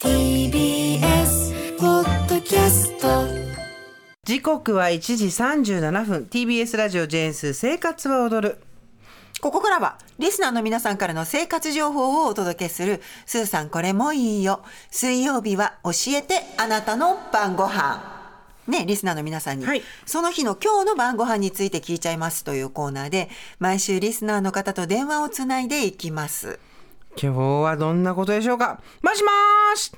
TBS ポッドキャスト時刻は1時37分 TBS ラジオジェーンスー生活は踊るここからは、リスナーの皆さんからの生活情報をお届けする、スーさんこれもいいよ。水曜日は教えてあなたの晩ご飯。ね、リスナーの皆さんに、はいその日の今日の晩ご飯について聞いちゃいますというコーナーで、毎週リスナーの方と電話をつないでいきます。今日はどんなことでしょうかもしもーし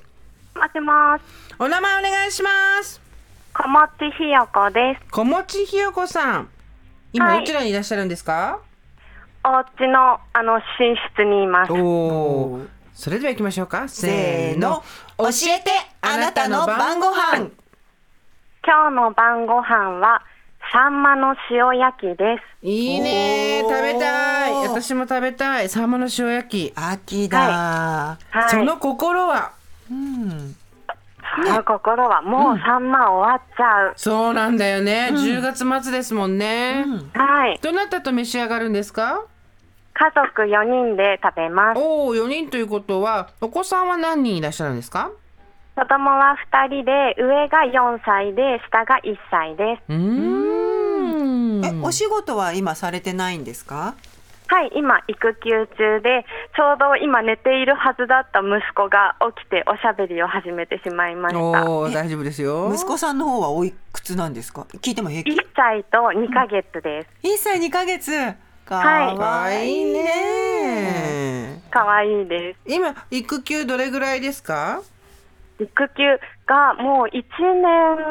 もしもし、お名前お願いします小持ひよこです。小持ひよこさん今、はいどちらにいらっしゃるんですかお家の、あの、寝室にいます。おーそれでは行きましょうかせーの教えてあなたの晩ご飯。今日の晩ご飯は、サンマの塩焼きです。いいねーおー食べたい私も食べたいサーモンの塩焼き、秋だ、はい。その心はその心は、もううサンマ終わっちゃう。そうなんだよね、10月末ですもんね、はい。どなたと召し上がるんですか家族4人で食べます。おお、4人ということは、お子さんは何人いらっしゃるんですか子供は2人で、上が4歳で、下が1歳です。うーん。え、お仕事は今されてないんですかはい、今、育休中で、ちょうど今寝ているはずだった息子が起きておしゃべりを始めてしまいました。おー大丈夫ですよ。息子さんの方はおいくつなんですか聞いても平気1歳と2ヶ月です。一歳二ヶ月。かはいわいいね。ね可愛いで今、育休どれぐらいですかす。育休がもう1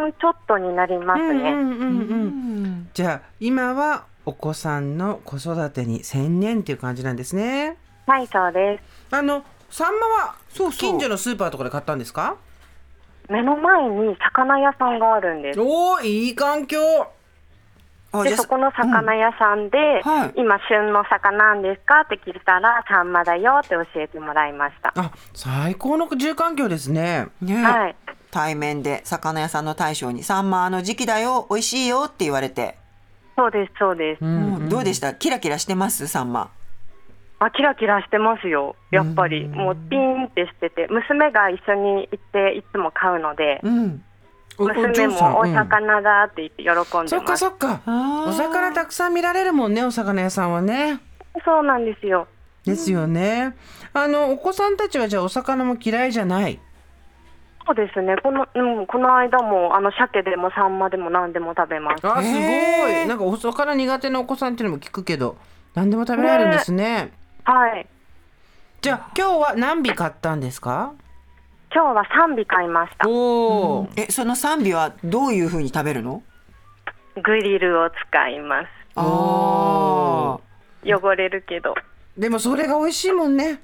年ちょっとになりますね。うんうん。じゃあ、今はお子さんの子育てに専念っていう感じなんですね。はい、そうであの、サンマはそうそう近所のスーパーとかで買ったんですかす。目の前に魚屋さんがあるんです。おお、いい環境あじでゃあそこの魚屋さんで、はい今旬の魚なんですかって聞いたらサンマだよって教えてもらいました。あ、最高の住環境ですね。ね、はい、対面で魚屋さんの大将にサンマあの時期だよ、美味しいよって言われて。そうですそうです。もうどうでした？キラキラしてますサンマ。あキラキラしてますよ。やっぱりもうピンってしてて、娘が一緒に行っていつも買うので、うん。おお娘嬢さんもおうん魚だって言って喜んでそっかます。そっかあーお魚たくさん見られるもんねお魚屋さんはねそうなんですよ。ですよね、あのお子さんたちはじゃあお魚も嫌いじゃないそうですね。この、うん、この間も、あの、鮭でもサンマでも何でも食べます。あすごい、へーなんかお魚苦手なお子さんっていうのも聞くけど何でも食べられるんですねはい。じゃあ今日は何尾買ったんですか今日は3尾買いました。おお、え、その賛美はどういう風に食べるの？グリルを使います。ああ。汚れるけど。でもそれが美味しいもんね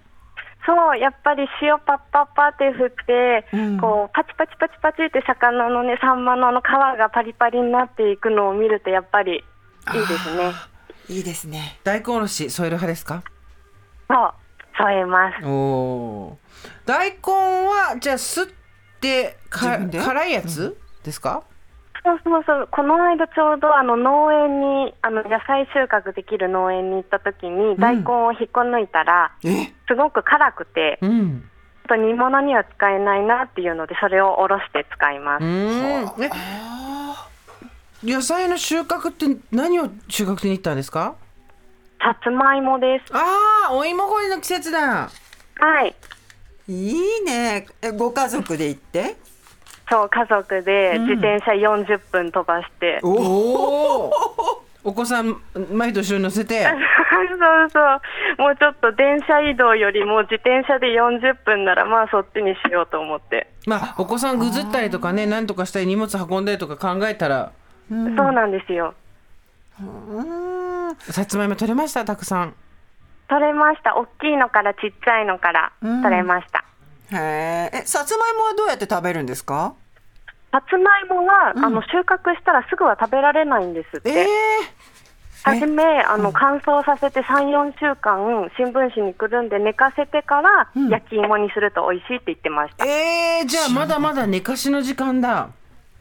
そう、やっぱり塩パッパッパって振って、こう、パチパチパチパチって魚のね、サンマのあの皮がパリパリになっていくのを見ると、やっぱり、いいですね。いいですね。大根おろし添える派ですかそう、添えます。おお大根はじゃあすってか自分で辛いやつですか、そうそうそう、この間ちょうどあの農園に、あの野菜収穫できる農園に行った時に、大根を引っこ抜いたら、え、すごく辛くて、ちょうんっと煮物には使えないなっていうので、それをおろして使います。うんえ野菜の収穫って何を収穫しに行ったんですかさつまいもです。ああお芋掘りの季節だはい。いいね。え、ご家族で行って？そう、家族で自転車40分飛ばして。おお お子さん毎年乗せ てそうそう。もうちょっと電車移動よりも自転車で40分なら、まあそっちにしようと思って。まあお子さんぐずったりとかね何とかしたり荷物運んだりとか考えたらそうなんですよ。さつまいも取れましたたくさん取れました。大きいのからちっちゃいのから取れました。へえ。え、さつまいもはどうやって食べるんですかさつまいもは、あの収穫したらすぐは食べられないんですっええて。はじめあの乾燥させて3、4週間新聞紙にくるんで寝かせてから焼き芋にすると美味しいって言ってました。えー、じゃあまだまだ寝かしの時間だ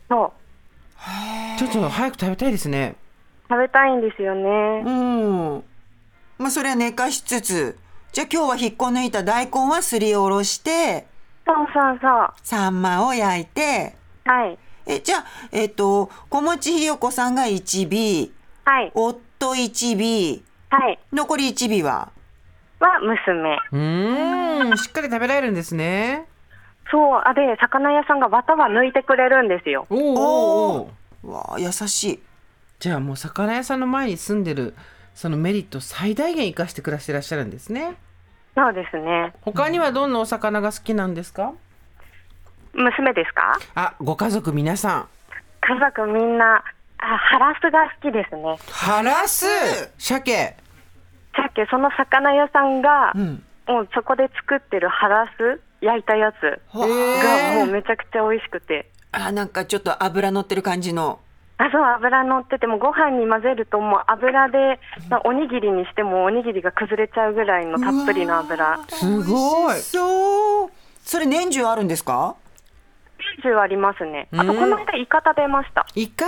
そうちょっと早く食べたいですね食べたいんですよね。うん。まあ、それは寝かしつつ。じゃあ今日は引っこ抜いた大根はすりおろして、そうそうそう。はサンマを焼いて、い。え、じゃあ、えっ、と、小持ひよこさんが 1B、はい。夫 1B、はい。残り 1B はは娘。うーんしっかり食べられるんですねそう。あ、で、魚屋さんが綿は抜いてくれるんですよ。おーおーおーわあ、優しい。じゃあもう魚屋さんの前に住んでるそのメリットを最大限生かして暮らしてらっしゃるんですねそうですね。他にはどんなお魚が好きなんですか娘ですかあご家族皆さん家族みんな、あ、ハラスが好きですね。ハラス鮭さっきその魚屋さんが、んもうそこで作ってるハラス焼いたやつわがえもうーめちゃくちゃ美味しくて。あ、なんかちょっと油乗ってる感じの。あそう油乗っててもご飯に混ぜるともう油で、まあおにぎりにしてもおにぎりが崩れちゃうぐらいのたっぷりの油すごい美味しそう。それ年中あるんですか90ありますねあとこの間イカ食べましたイカ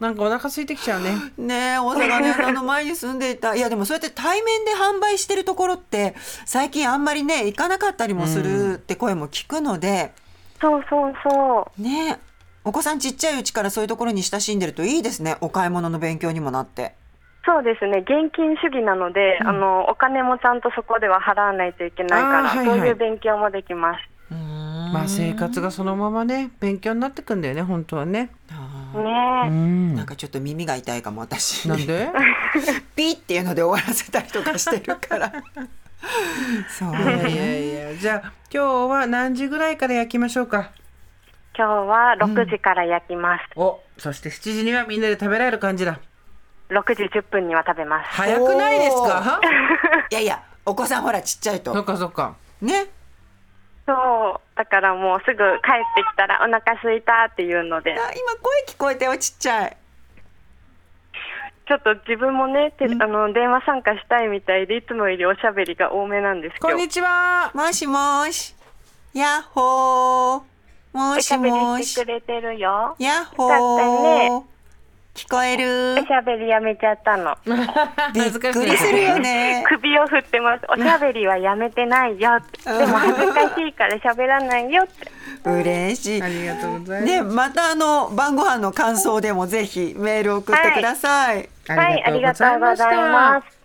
なんかお腹空いてきちゃうねねえ、大阪屋さんの前に住んでいた。いや、でもそうやって対面で販売してるところって、最近あんまりね、行かなかったりもするって声も聞くので、そうそうそうねえ、お子さんちっちゃいうちからそういうところに親しんでるといいですね。お買い物の勉強にもなって。そうですね現金主義なので、あのお金もちゃんとそこでは払わないといけないから、あーはいそうはいいう勉強もできますまあ生活がそのままね勉強になってくんだよね本当はねあうねえーんなんかちょっと耳が痛いかも、私。なんでピーっていうので終わらせたりとかして るから。そういやいやいやじゃあ今日は何時ぐらいから焼きましょうか今日は6時から焼きます、おそして7時にはみんなで食べられる感じだ6時10分には食べます早くないですかいやいや、お子さんほらちっちゃいそっと。かそっかね。そうだからもうすぐ帰ってきたらお腹空いたっていうのあで今声聞こえたよ、ちっちゃい。ちょっと自分もね、てあの電話参加したいみたいでいつもよりおしゃべりが多めなんですこ今ん日にちはもしもし。やっほー。もおししゃべりもしてしく。れてるよやっほよー。聞こえおるし。ゃべりやめちゃったのびっくりするよね。首を振ってますおしゃべりはやめてないよってでも恥ずかしいからしゃべらないよって嬉しい。ありがとうございますね、またあの晩ご飯の感想でもぜひメール送ってください。はいありがとうございます